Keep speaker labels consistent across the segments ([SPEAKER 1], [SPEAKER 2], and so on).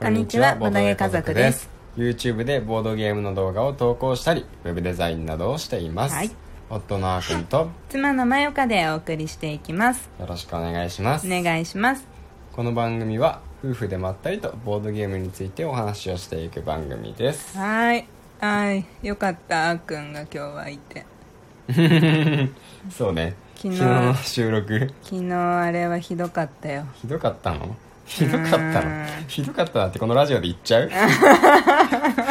[SPEAKER 1] こんにちはボードゲー家族です
[SPEAKER 2] YouTube でボードゲームの動画を投稿したりウェブデザインなどをしています、
[SPEAKER 1] はい
[SPEAKER 2] 夫のあーくんとよ
[SPEAKER 1] 妻のまよかでお送りしていきます
[SPEAKER 2] ろしくお願いします
[SPEAKER 1] お願いします
[SPEAKER 2] この番組は夫婦でまったりとボードゲームについてお話をしていく番組です
[SPEAKER 1] はーいはいよかったあーくんが今日はいて
[SPEAKER 2] そうね
[SPEAKER 1] 昨日
[SPEAKER 2] の収録
[SPEAKER 1] 昨日あれはひどかったよ
[SPEAKER 2] ひどかったのひどかったのひどかったなってこのラジオで言っちゃ う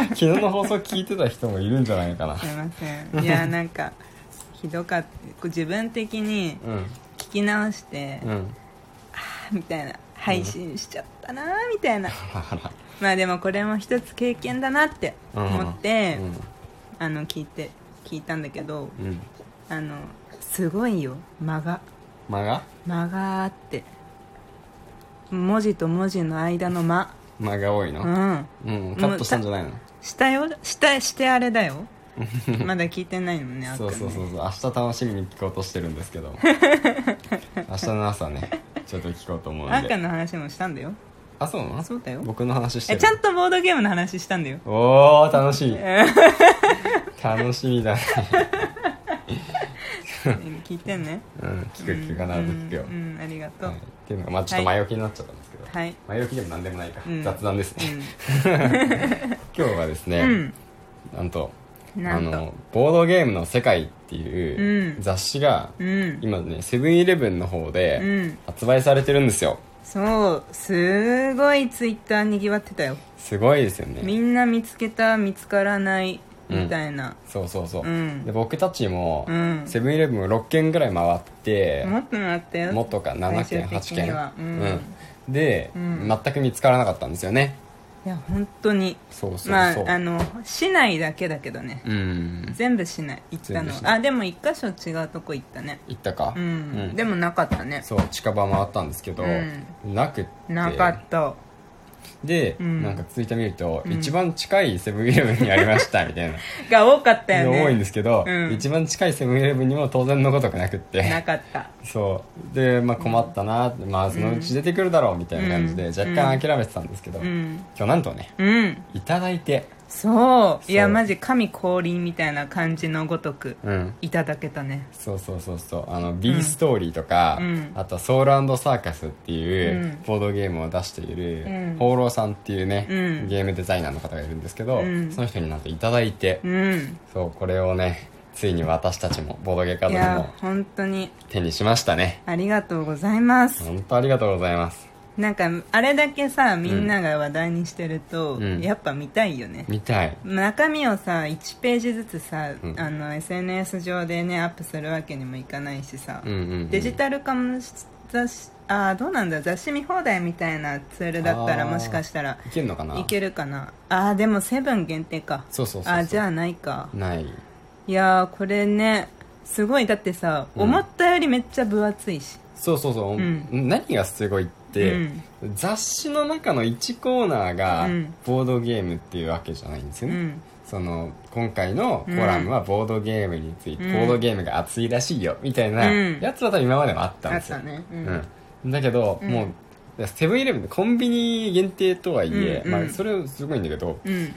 [SPEAKER 2] 昨日の放送聞いてた人もいるんじゃないかな
[SPEAKER 1] すいま せんいやなんかひどかったこう自分的に
[SPEAKER 2] うん
[SPEAKER 1] 聞き直して、
[SPEAKER 2] うん
[SPEAKER 1] みたいな配信しちゃったなみたいな、
[SPEAKER 2] ははは
[SPEAKER 1] まあでもこれも一つ経験だなって思って、
[SPEAKER 2] う
[SPEAKER 1] あの聞いて聞いたんだけ
[SPEAKER 2] ん
[SPEAKER 1] ど
[SPEAKER 2] うん
[SPEAKER 1] あのすごいよ間が
[SPEAKER 2] 間が
[SPEAKER 1] 間があって文字と文字の間の間
[SPEAKER 2] 間が多いうの
[SPEAKER 1] ん
[SPEAKER 2] うんカットしたんじゃないの
[SPEAKER 1] したよしたしてあれ だよまだ聞いてないのねあっく
[SPEAKER 2] そう
[SPEAKER 1] んね
[SPEAKER 2] そうそうそう明日楽しみに聞こうとしてるんですけど 明日の朝ねちょっと聞こうと思う
[SPEAKER 1] あ
[SPEAKER 2] ん
[SPEAKER 1] っくん
[SPEAKER 2] で
[SPEAKER 1] の話もしたんだよ
[SPEAKER 2] あそうなの
[SPEAKER 1] そうだよ
[SPEAKER 2] 僕の話して
[SPEAKER 1] え
[SPEAKER 2] る
[SPEAKER 1] ちゃんとボードゲームの話した んだよ
[SPEAKER 2] おお楽しい 楽しみだね
[SPEAKER 1] 聞いてね
[SPEAKER 2] うん聞く聞く必ず聞くよ
[SPEAKER 1] うん、うんありがとう
[SPEAKER 2] はいっていうのがまあちょっと前置きになっちゃったんですけど
[SPEAKER 1] はい、
[SPEAKER 2] 前置きでも何でもないか
[SPEAKER 1] うん
[SPEAKER 2] 雑談ですね今日はです
[SPEAKER 1] うん、
[SPEAKER 2] ねなんと
[SPEAKER 1] うんな
[SPEAKER 2] あ
[SPEAKER 1] んと
[SPEAKER 2] のボードゲームの世界って
[SPEAKER 1] う
[SPEAKER 2] いう
[SPEAKER 1] ん
[SPEAKER 2] 雑誌が
[SPEAKER 1] うん
[SPEAKER 2] 今ねセブンイレブンの方
[SPEAKER 1] う
[SPEAKER 2] で
[SPEAKER 1] ん
[SPEAKER 2] 発売されてるんですよ
[SPEAKER 1] そうすごいツイッターにぎわってたよ
[SPEAKER 2] すごいですよね
[SPEAKER 1] みんな見つけた見つからないみたいな
[SPEAKER 2] そうそうそう、
[SPEAKER 1] うん
[SPEAKER 2] で僕たちも
[SPEAKER 1] うん
[SPEAKER 2] セブンイレブン6軒ぐらい回って、
[SPEAKER 1] もっとなったよ
[SPEAKER 2] もっとか7軒
[SPEAKER 1] 最終
[SPEAKER 2] 8
[SPEAKER 1] 的に
[SPEAKER 2] 軒
[SPEAKER 1] はうん
[SPEAKER 2] うんで、
[SPEAKER 1] うん
[SPEAKER 2] 全く見つからなかったんですよね
[SPEAKER 1] いや本当に
[SPEAKER 2] そうそうそう、
[SPEAKER 1] まああの市内だけだけどね
[SPEAKER 2] うん
[SPEAKER 1] 全部市内行った
[SPEAKER 2] 全部
[SPEAKER 1] の
[SPEAKER 2] 市内
[SPEAKER 1] あでも一箇所違うとこ行ったね
[SPEAKER 2] 行ったか、
[SPEAKER 1] うん、
[SPEAKER 2] うん
[SPEAKER 1] でもなかったね
[SPEAKER 2] そう近場回ったんですけど、
[SPEAKER 1] う
[SPEAKER 2] なくって
[SPEAKER 1] なかった
[SPEAKER 2] で、
[SPEAKER 1] うん
[SPEAKER 2] なんか続いてみると、
[SPEAKER 1] うん
[SPEAKER 2] 一番近いセブンイレブンにありましたみた いな
[SPEAKER 1] が多かったよね
[SPEAKER 2] 多いんですけど、
[SPEAKER 1] うん
[SPEAKER 2] 一番近いセブンイレブンにも当然のごとくなくって
[SPEAKER 1] なかった
[SPEAKER 2] そうで、まあ、困ったなって、まあ、そのうち出てくるだろうみたいな感じで
[SPEAKER 1] うん
[SPEAKER 2] 若干諦めてたんですけど、
[SPEAKER 1] う
[SPEAKER 2] 今
[SPEAKER 1] ん
[SPEAKER 2] 日なんとね
[SPEAKER 1] うん
[SPEAKER 2] いただいて、
[SPEAKER 1] そういや
[SPEAKER 2] そう
[SPEAKER 1] マジ神降臨みたいな感じのごとく
[SPEAKER 2] うん、
[SPEAKER 1] いただけたね
[SPEAKER 2] そうそうそうそうあの B ストーリーとか、
[SPEAKER 1] うん
[SPEAKER 2] あとはソウルサーカスっていう
[SPEAKER 1] うん
[SPEAKER 2] ボードゲームを出している
[SPEAKER 1] うん
[SPEAKER 2] 放浪さんっていうね、
[SPEAKER 1] うん
[SPEAKER 2] ゲームデザイナーの方がいるんですけど、
[SPEAKER 1] うん
[SPEAKER 2] その人になんといただいて、
[SPEAKER 1] うん
[SPEAKER 2] そうこれをねついに私たちもボードゲーカ
[SPEAKER 1] い
[SPEAKER 2] ードも
[SPEAKER 1] や本当に
[SPEAKER 2] 手にしましたね
[SPEAKER 1] ありがとうございます
[SPEAKER 2] 本当ありがとうございます
[SPEAKER 1] なんかあれだけさみんなが話題にしてると、
[SPEAKER 2] うん
[SPEAKER 1] やっぱ見たいよね、
[SPEAKER 2] 見たい
[SPEAKER 1] 中身をさ1ページずつさ、
[SPEAKER 2] うん
[SPEAKER 1] あの SNS 上でねアップするわけにもいかないしさ、
[SPEAKER 2] うんうん、うん、
[SPEAKER 1] デジタル化もし雑誌あーどうなんだ雑誌見放題みたいなツールだったら
[SPEAKER 2] あー
[SPEAKER 1] もしかしたら
[SPEAKER 2] いけるのかない
[SPEAKER 1] けるかなあーでもセブン限定か
[SPEAKER 2] そうそうそうそう
[SPEAKER 1] あーじゃあないか
[SPEAKER 2] ない
[SPEAKER 1] いやーこれねすごいだってさ、
[SPEAKER 2] うん
[SPEAKER 1] 思ったよりめっちゃ分厚いし
[SPEAKER 2] そうそうそう、
[SPEAKER 1] うん
[SPEAKER 2] 何がすごいって、
[SPEAKER 1] うん
[SPEAKER 2] 雑誌の中の1コーナーが
[SPEAKER 1] うん
[SPEAKER 2] ボードゲームっていうわけじゃないんです
[SPEAKER 1] う
[SPEAKER 2] よね、
[SPEAKER 1] ん
[SPEAKER 2] その今回のコラムはボードゲームについて、ボードゲームが熱いらしいよみたいな
[SPEAKER 1] うん
[SPEAKER 2] やつは多分今までもあったん
[SPEAKER 1] あ
[SPEAKER 2] で
[SPEAKER 1] っ
[SPEAKER 2] すよ、
[SPEAKER 1] たねう
[SPEAKER 2] うんだけど、
[SPEAKER 1] うん
[SPEAKER 2] もうセブンイレブンでコンビニ限定とはいえ、
[SPEAKER 1] うんうん
[SPEAKER 2] まあ、それすごいんだけど
[SPEAKER 1] うん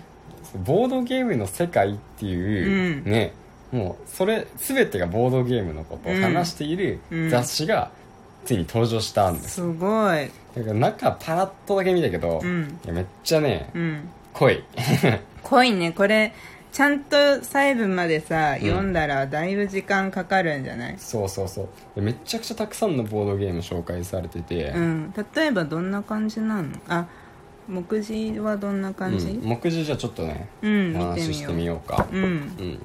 [SPEAKER 2] ボードゲームの世界っていう、
[SPEAKER 1] うん
[SPEAKER 2] ねもうそれ全てがボードゲームのことを話している
[SPEAKER 1] うん
[SPEAKER 2] 雑誌がついに登場したんです、
[SPEAKER 1] すごい
[SPEAKER 2] だから中パラッとだけ見たけど、
[SPEAKER 1] うん
[SPEAKER 2] いやめっちゃね
[SPEAKER 1] うん
[SPEAKER 2] 濃い
[SPEAKER 1] 濃いねこれちゃんと細部までさ、
[SPEAKER 2] うん
[SPEAKER 1] 読んだらだいぶ時間かかるんじゃない、
[SPEAKER 2] そうそうそうでめちゃくちゃたくさんのボードゲーム紹介されてて、
[SPEAKER 1] うん、例えばどんな感じなのあ目次はどんな感じ
[SPEAKER 2] うん目次じゃちょっとね、
[SPEAKER 1] うん、
[SPEAKER 2] お
[SPEAKER 1] 見て
[SPEAKER 2] 話し
[SPEAKER 1] み
[SPEAKER 2] し
[SPEAKER 1] よ
[SPEAKER 2] て
[SPEAKER 1] う
[SPEAKER 2] みようか、
[SPEAKER 1] うん
[SPEAKER 2] うん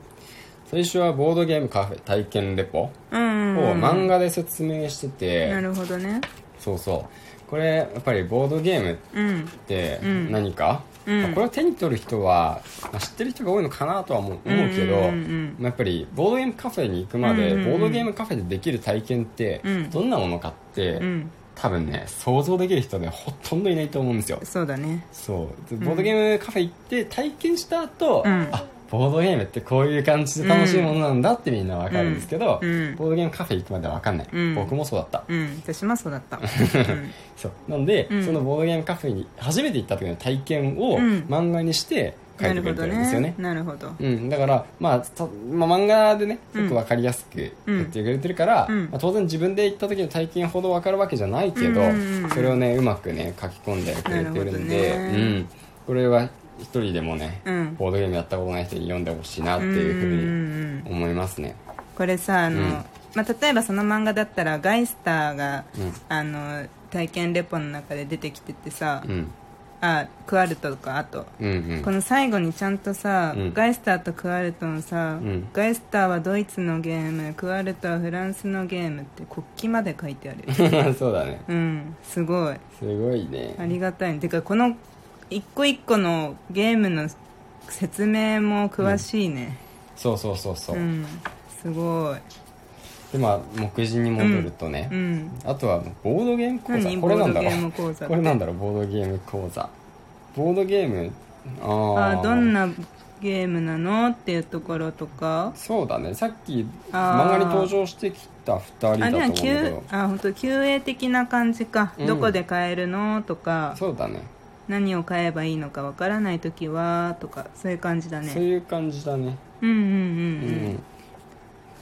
[SPEAKER 2] 最初はボードゲームカフェ体験レポ
[SPEAKER 1] うん
[SPEAKER 2] を漫画で説明してて、
[SPEAKER 1] なるほどね
[SPEAKER 2] そうそうこれやっぱりボードゲームっ
[SPEAKER 1] うん
[SPEAKER 2] て
[SPEAKER 1] うん
[SPEAKER 2] 何か、
[SPEAKER 1] うん
[SPEAKER 2] まあこれを手に取る人は、まあ知ってる人が多いのかなとは思う思うけど、
[SPEAKER 1] うんうんうん
[SPEAKER 2] まあやっぱりボードゲームカフェに行くまで、
[SPEAKER 1] うんうんうん
[SPEAKER 2] ボードゲームカフェでできる体験って
[SPEAKER 1] うん
[SPEAKER 2] どんなものかって、
[SPEAKER 1] うん
[SPEAKER 2] 多分ね想像できる人ねほとんどいないと思うんですよ
[SPEAKER 1] そうだね
[SPEAKER 2] そうでボードゲームカフェ行って体験した後、
[SPEAKER 1] うん
[SPEAKER 2] あボードゲームってこういう感じで楽しいものなんだってみんなわかるんですけど、
[SPEAKER 1] うんうん
[SPEAKER 2] ボードゲームカフェ行くまではわかんない、
[SPEAKER 1] うん
[SPEAKER 2] 僕もそうだった
[SPEAKER 1] うん私もそうだ った、うん
[SPEAKER 2] そうなんで、
[SPEAKER 1] うん
[SPEAKER 2] そのボードゲームカフェに初めて行った時の体験を
[SPEAKER 1] うん
[SPEAKER 2] 漫画にして書
[SPEAKER 1] ない
[SPEAKER 2] てく
[SPEAKER 1] るほ
[SPEAKER 2] れてる
[SPEAKER 1] ど
[SPEAKER 2] んですよね
[SPEAKER 1] ねなるほど
[SPEAKER 2] うん、だから、まあ、とまあ漫画でねすごく分かりやすく
[SPEAKER 1] うん
[SPEAKER 2] やってくれてるから、
[SPEAKER 1] うん
[SPEAKER 2] まあ、当然自分で行った時の体験ほど分かるわけじゃないけど、
[SPEAKER 1] うんうんうん
[SPEAKER 2] それをねうまくね書き込んでくれてるんで
[SPEAKER 1] なるほどね
[SPEAKER 2] うん、これは一人でもね、
[SPEAKER 1] うん
[SPEAKER 2] ボードゲームやったことない人に読んでほしいなっていうふ
[SPEAKER 1] ん
[SPEAKER 2] う
[SPEAKER 1] うんうん
[SPEAKER 2] に思いますね。
[SPEAKER 1] これさあの、
[SPEAKER 2] うん
[SPEAKER 1] まあ、例えばその漫画だったらガイスターが、
[SPEAKER 2] うん
[SPEAKER 1] あの体験レポの中で出てきててさ、
[SPEAKER 2] うん
[SPEAKER 1] あクアルトとかあと、
[SPEAKER 2] うんうん
[SPEAKER 1] この最後にちゃんとさ、
[SPEAKER 2] うん
[SPEAKER 1] ガイスターとクアルトのさ、
[SPEAKER 2] うん
[SPEAKER 1] ガイスターはドイツのゲームクアルトはフランスのゲームって国旗まで書いてある
[SPEAKER 2] そうだね
[SPEAKER 1] うんすごい
[SPEAKER 2] すごいね
[SPEAKER 1] ありがたいてかこの一個一個のゲームの説明も詳しいね
[SPEAKER 2] そうそうそうそうう、
[SPEAKER 1] ん、すごい
[SPEAKER 2] でまあ目次に戻るとね、
[SPEAKER 1] うん
[SPEAKER 2] あとはボードゲーム講座
[SPEAKER 1] 何
[SPEAKER 2] これなんだろ
[SPEAKER 1] ボードゲー
[SPEAKER 2] う
[SPEAKER 1] ム講座って
[SPEAKER 2] これなんだろうボードゲーム講座ボードゲームあー
[SPEAKER 1] あどんなゲームなのっていうところとか
[SPEAKER 2] そうだねさっき
[SPEAKER 1] あー
[SPEAKER 2] 漫画に登場してきた2人だ
[SPEAKER 1] あ
[SPEAKER 2] と
[SPEAKER 1] で
[SPEAKER 2] 思う
[SPEAKER 1] は
[SPEAKER 2] んだけ
[SPEAKER 1] Q
[SPEAKER 2] ど
[SPEAKER 1] あ本当 QA 的な感じか、
[SPEAKER 2] うん
[SPEAKER 1] どこで買えるのとか
[SPEAKER 2] そうだね
[SPEAKER 1] 何を買えばいいのかわからない時はとかそういう感じだ
[SPEAKER 2] そう
[SPEAKER 1] ね
[SPEAKER 2] いう感じだね
[SPEAKER 1] うんうん
[SPEAKER 2] う
[SPEAKER 1] うんうん、
[SPEAKER 2] ん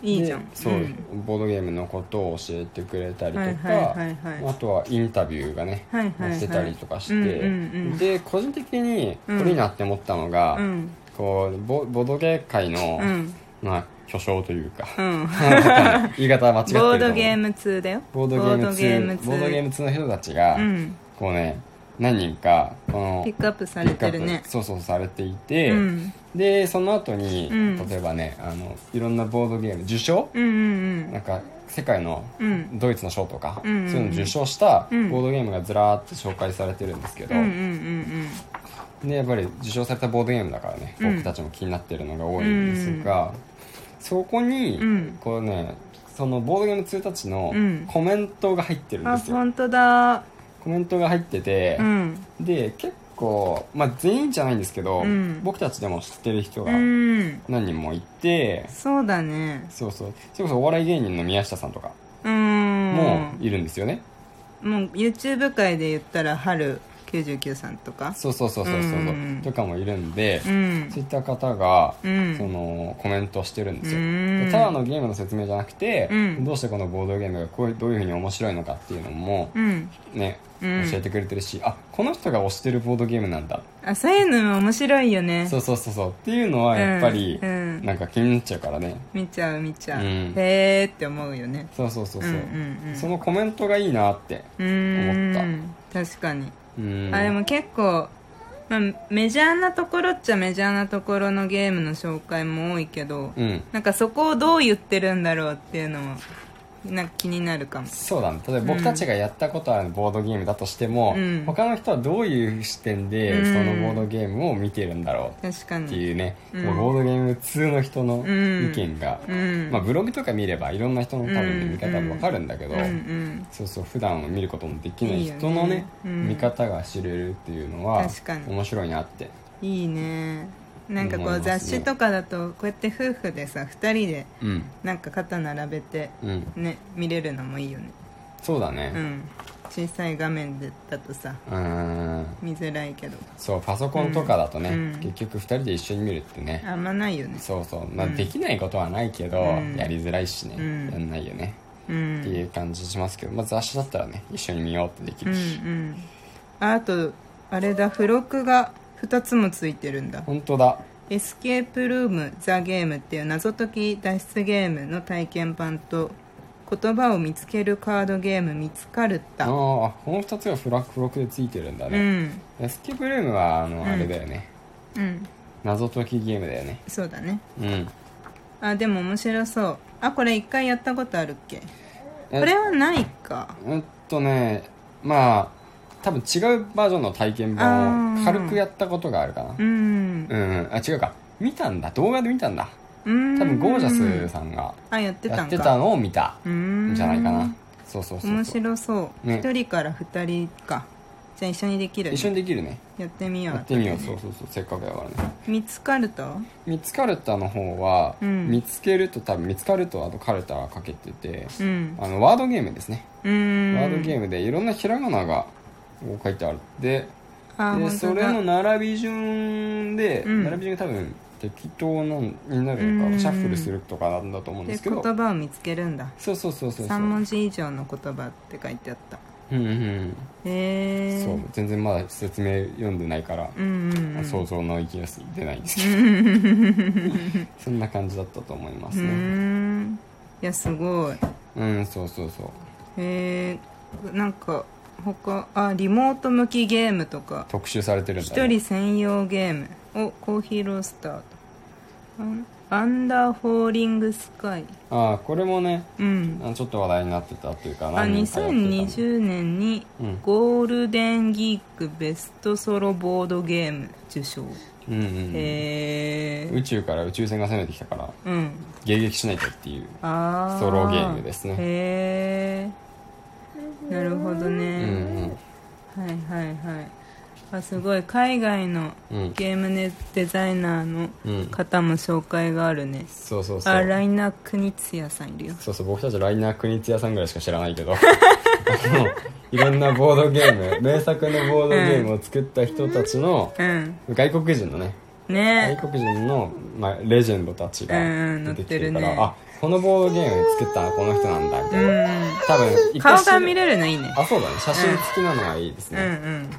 [SPEAKER 1] いいじゃん
[SPEAKER 2] でそう、
[SPEAKER 1] ん
[SPEAKER 2] ボードゲームのことを教えてくれたりとか、
[SPEAKER 1] はいはいはいはい
[SPEAKER 2] あとはインタビューがね、
[SPEAKER 1] はいはいはい
[SPEAKER 2] してたりとかして、
[SPEAKER 1] うんうんうん
[SPEAKER 2] で個人的にこ
[SPEAKER 1] うん
[SPEAKER 2] れいいなって思ったのが、
[SPEAKER 1] うん
[SPEAKER 2] こうボボードゲー界の、
[SPEAKER 1] うん
[SPEAKER 2] まあ、巨匠という か、
[SPEAKER 1] うん
[SPEAKER 2] 言い方は間違ってると思う
[SPEAKER 1] ボードゲーム2だよ
[SPEAKER 2] ボードゲーム2ボ
[SPEAKER 1] ボー
[SPEAKER 2] ード
[SPEAKER 1] ドゲ
[SPEAKER 2] ゲ
[SPEAKER 1] ー
[SPEAKER 2] ー
[SPEAKER 1] ム
[SPEAKER 2] ム2の人たちが、
[SPEAKER 1] うん
[SPEAKER 2] こうね何人かこの
[SPEAKER 1] ピックアップされてる
[SPEAKER 2] ピックア
[SPEAKER 1] ね
[SPEAKER 2] ップそうそうされていて、
[SPEAKER 1] うん
[SPEAKER 2] でその後に、
[SPEAKER 1] うん
[SPEAKER 2] 例えばねあのいろんなボードゲーム受賞、
[SPEAKER 1] うんうん
[SPEAKER 2] なんか世界の
[SPEAKER 1] うん
[SPEAKER 2] ドイツの賞とか、
[SPEAKER 1] うんうんうん
[SPEAKER 2] そういうの受賞したボ
[SPEAKER 1] うん
[SPEAKER 2] ードゲームがずらーっと紹介されてるんですけど、
[SPEAKER 1] うんうんうん
[SPEAKER 2] でやっぱり受賞されたボードゲームだからね、
[SPEAKER 1] うん
[SPEAKER 2] 僕たちも気になってるのが多いんですが、そこに、
[SPEAKER 1] うん
[SPEAKER 2] こうねそのボードゲーム2たちの
[SPEAKER 1] うん
[SPEAKER 2] コメントが入ってる
[SPEAKER 1] うんんあ
[SPEAKER 2] ですよ、
[SPEAKER 1] 本当だ
[SPEAKER 2] コメントが入ってて、
[SPEAKER 1] うん
[SPEAKER 2] で結構、まあ、全員じゃないんですけど、
[SPEAKER 1] うん
[SPEAKER 2] 僕たちでも知ってる人
[SPEAKER 1] う
[SPEAKER 2] が
[SPEAKER 1] ん
[SPEAKER 2] 何人もいて、
[SPEAKER 1] そうだね
[SPEAKER 2] そうそうそれこそお笑い芸人の宮下さんとか
[SPEAKER 1] うん
[SPEAKER 2] もいるんですよね、
[SPEAKER 1] もう YouTube 界で言ったら春99さんとか
[SPEAKER 2] そうそうそうそうそうそう
[SPEAKER 1] うんうんうん
[SPEAKER 2] とかもいるんで、
[SPEAKER 1] うん
[SPEAKER 2] そういった方が、
[SPEAKER 1] うん
[SPEAKER 2] そのコメントしてるんですよ、
[SPEAKER 1] うん
[SPEAKER 2] でただのゲームの説明じゃなくて、
[SPEAKER 1] うん
[SPEAKER 2] どうしてこのボードゲームがこういうどういうふうに面白いのかっていうのも
[SPEAKER 1] うん
[SPEAKER 2] ね、
[SPEAKER 1] うん
[SPEAKER 2] 教えてくれてるしあこの人が推してるボードゲームなんだ
[SPEAKER 1] あそういうのも面白いよね
[SPEAKER 2] そうそうそうそうっていうのはやっぱり、
[SPEAKER 1] うんうん
[SPEAKER 2] なんか気になっちゃうからね
[SPEAKER 1] 見ちゃう見ちゃ
[SPEAKER 2] う
[SPEAKER 1] う、
[SPEAKER 2] ん
[SPEAKER 1] へーって思うよね
[SPEAKER 2] そうそうそうそう、
[SPEAKER 1] うんうんうん
[SPEAKER 2] そのコメントがいいなって
[SPEAKER 1] うーん確かに、
[SPEAKER 2] うん
[SPEAKER 1] あでも結構、まあ、メジャーなところっちゃメジャーなところのゲームの紹介も多いけど、
[SPEAKER 2] うん
[SPEAKER 1] なんかそこをどう言ってるんだろうっていうのもなんか気になるかも
[SPEAKER 2] そうだね例えば僕たちがやったことあるボードゲームだとしても、
[SPEAKER 1] うん
[SPEAKER 2] 他の人はどういう視点で
[SPEAKER 1] うん
[SPEAKER 2] そのボードゲームを見てるんだろ
[SPEAKER 1] 確か
[SPEAKER 2] うって
[SPEAKER 1] に
[SPEAKER 2] いうね、
[SPEAKER 1] うん
[SPEAKER 2] もうボードゲーム通の人の
[SPEAKER 1] うん
[SPEAKER 2] 意見が、
[SPEAKER 1] うん
[SPEAKER 2] まあ、ブログとか見ればいろんな人の多分ね見方もわかるんだけど、
[SPEAKER 1] うんうん
[SPEAKER 2] そうそう普段見ることもできない人の
[SPEAKER 1] いい
[SPEAKER 2] ね
[SPEAKER 1] よねうん
[SPEAKER 2] 見方が知れるっていうのは
[SPEAKER 1] 確かに
[SPEAKER 2] 面白いなって
[SPEAKER 1] いいねなんかこ
[SPEAKER 2] 思いうますね
[SPEAKER 1] 雑誌とかだとこうやって夫婦でさ2人で
[SPEAKER 2] うん
[SPEAKER 1] なんか肩並べて
[SPEAKER 2] うん
[SPEAKER 1] ね見れるのもいいよね
[SPEAKER 2] そうだ
[SPEAKER 1] う
[SPEAKER 2] ね
[SPEAKER 1] ん小さい画面でだとさ
[SPEAKER 2] うーん
[SPEAKER 1] 見づらいけど
[SPEAKER 2] そうパソコンとかだとね、
[SPEAKER 1] うん
[SPEAKER 2] 結局2人で一緒に見るってね、
[SPEAKER 1] あんまないよね
[SPEAKER 2] そうそう、まあ、できないことはないけど、
[SPEAKER 1] うん
[SPEAKER 2] やりづらいしね、
[SPEAKER 1] うん
[SPEAKER 2] やんないよね、
[SPEAKER 1] う
[SPEAKER 2] って
[SPEAKER 1] ん
[SPEAKER 2] いう感じしますけど、まあ、雑誌だったらね一緒に見ようってでき
[SPEAKER 1] うんう
[SPEAKER 2] るし、
[SPEAKER 1] んああとあれだ付録が2つもついてるんだ
[SPEAKER 2] 本当だ
[SPEAKER 1] 「エスケープルーム・ザ・ゲーム」っていう謎解き脱出ゲームの体験版と言葉を見つけるカードゲーム「見つかるっ
[SPEAKER 2] あー
[SPEAKER 1] た」う
[SPEAKER 2] この2つがフラッグロックでついてるんだね、
[SPEAKER 1] ん
[SPEAKER 2] エスケープルームはあのあれだよね、
[SPEAKER 1] うん
[SPEAKER 2] 謎解きゲームだよね
[SPEAKER 1] そうだね
[SPEAKER 2] うん
[SPEAKER 1] あでも面白そうあこれ一回やったことあるっけ
[SPEAKER 2] え
[SPEAKER 1] これはないか
[SPEAKER 2] うんとねまあ多分違うバージョンの体験版を
[SPEAKER 1] あー
[SPEAKER 2] 軽くやったことがあるかな
[SPEAKER 1] うん
[SPEAKER 2] うん、あ違うか見たんだ動画で見たんだ
[SPEAKER 1] うん
[SPEAKER 2] 多分ゴージャスさんが
[SPEAKER 1] あやってたんか
[SPEAKER 2] やってたのを見た
[SPEAKER 1] うん
[SPEAKER 2] んじゃないかなそうそうそうそう
[SPEAKER 1] 面白そう
[SPEAKER 2] ね
[SPEAKER 1] 一人から二人かじじゃあ一緒にできる
[SPEAKER 2] 一緒にできるね
[SPEAKER 1] やってみよ
[SPEAKER 2] やっ
[SPEAKER 1] う
[SPEAKER 2] てみようそうそうそうせっかくだからね
[SPEAKER 1] 見つかると
[SPEAKER 2] 見つかるたの方は、
[SPEAKER 1] うん
[SPEAKER 2] 見つけると多分見つかるとあとカルタがかけてて、
[SPEAKER 1] うん
[SPEAKER 2] あのワードゲームですね、
[SPEAKER 1] うーん
[SPEAKER 2] ワードゲ
[SPEAKER 1] ム
[SPEAKER 2] ームでいろんなひらがながこう書いてあるで
[SPEAKER 1] あ
[SPEAKER 2] で
[SPEAKER 1] 本
[SPEAKER 2] そ
[SPEAKER 1] 当
[SPEAKER 2] れ
[SPEAKER 1] だ
[SPEAKER 2] の並び順で、
[SPEAKER 1] うん
[SPEAKER 2] 並び順が多分適当なんになるの
[SPEAKER 1] う
[SPEAKER 2] か、
[SPEAKER 1] ん
[SPEAKER 2] シャッフルするとかなんだと思うんで
[SPEAKER 1] です
[SPEAKER 2] けど
[SPEAKER 1] 言葉を見つけるんだ
[SPEAKER 2] そうそうそうそうそう
[SPEAKER 1] 3文字以上の言葉って書いてあった
[SPEAKER 2] うんうん
[SPEAKER 1] へ
[SPEAKER 2] うん
[SPEAKER 1] え
[SPEAKER 2] そう全然まだ説明読んでないから、
[SPEAKER 1] うんうんうん
[SPEAKER 2] 想像の域が出ないんですけ どそんな感じだったと思いま
[SPEAKER 1] う
[SPEAKER 2] す
[SPEAKER 1] ー
[SPEAKER 2] ね
[SPEAKER 1] んいやすごい
[SPEAKER 2] うんそうそうそう
[SPEAKER 1] へえなんか他あリモート向きゲームとか
[SPEAKER 2] 特集されてるんだ、
[SPEAKER 1] 一人専用ゲームをコーヒーロースターとアンアンダーホーリングスカイ
[SPEAKER 2] ああこれもね
[SPEAKER 1] うん
[SPEAKER 2] あのちょっと話題になってたというか
[SPEAKER 1] あ
[SPEAKER 2] 何人かやってた
[SPEAKER 1] 2020年に
[SPEAKER 2] うん
[SPEAKER 1] ゴールデンギークベストソロボードゲーム受賞
[SPEAKER 2] うんうん
[SPEAKER 1] へ
[SPEAKER 2] 宇
[SPEAKER 1] え
[SPEAKER 2] 宙から宇宙船が攻めてきたから
[SPEAKER 1] うん
[SPEAKER 2] 迎撃しなきゃっていう
[SPEAKER 1] ああ
[SPEAKER 2] ソロゲームですね
[SPEAKER 1] へえなるほど
[SPEAKER 2] う
[SPEAKER 1] ね、
[SPEAKER 2] ん
[SPEAKER 1] はいはいはいあすごい海外の
[SPEAKER 2] うんうん
[SPEAKER 1] ゲームネデザイナーの
[SPEAKER 2] うん
[SPEAKER 1] 方も紹介があるね、
[SPEAKER 2] そうそうそ
[SPEAKER 1] あラ
[SPEAKER 2] う
[SPEAKER 1] イナー・クニツヤさんいるよ
[SPEAKER 2] そうそう僕たちライナー国津屋さんぐらいしか知らないけどあの いろんなボードゲーム名作のボードゲームを作った人たちの
[SPEAKER 1] うん
[SPEAKER 2] 外国人のね外
[SPEAKER 1] ね
[SPEAKER 2] 国人の、まあ、レジェンドたちが
[SPEAKER 1] うん
[SPEAKER 2] 出てきてるから、
[SPEAKER 1] 載ってるね
[SPEAKER 2] あこのボードゲーム作ったのはこの人なんだみ
[SPEAKER 1] う
[SPEAKER 2] たいな、
[SPEAKER 1] ん
[SPEAKER 2] 多分一回
[SPEAKER 1] 顔
[SPEAKER 2] 知る
[SPEAKER 1] が見れるのいいね
[SPEAKER 2] あそうだね写真付きなのはいいです
[SPEAKER 1] うんう
[SPEAKER 2] ね、
[SPEAKER 1] ん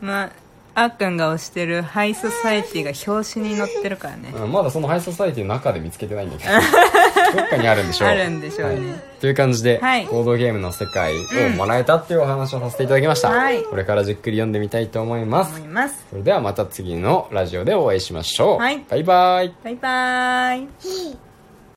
[SPEAKER 1] まああっくんが推してるハイソサイティが表紙に載ってるからね
[SPEAKER 2] うんまだそのハイソサイティの中で見つけてないんだ けどどっかにあるんでしょう
[SPEAKER 1] あるんでしょうね
[SPEAKER 2] はいという感じで、
[SPEAKER 1] はい
[SPEAKER 2] ボードゲームの世界をもらえたっていうお話をさせていただきました、
[SPEAKER 1] はい
[SPEAKER 2] これからじっくり読んでみたいと思います、
[SPEAKER 1] 思います
[SPEAKER 2] それではまた次のラジオでお会いしましょう、
[SPEAKER 1] はい
[SPEAKER 2] バイバイ
[SPEAKER 1] バイバーイ
[SPEAKER 3] ひー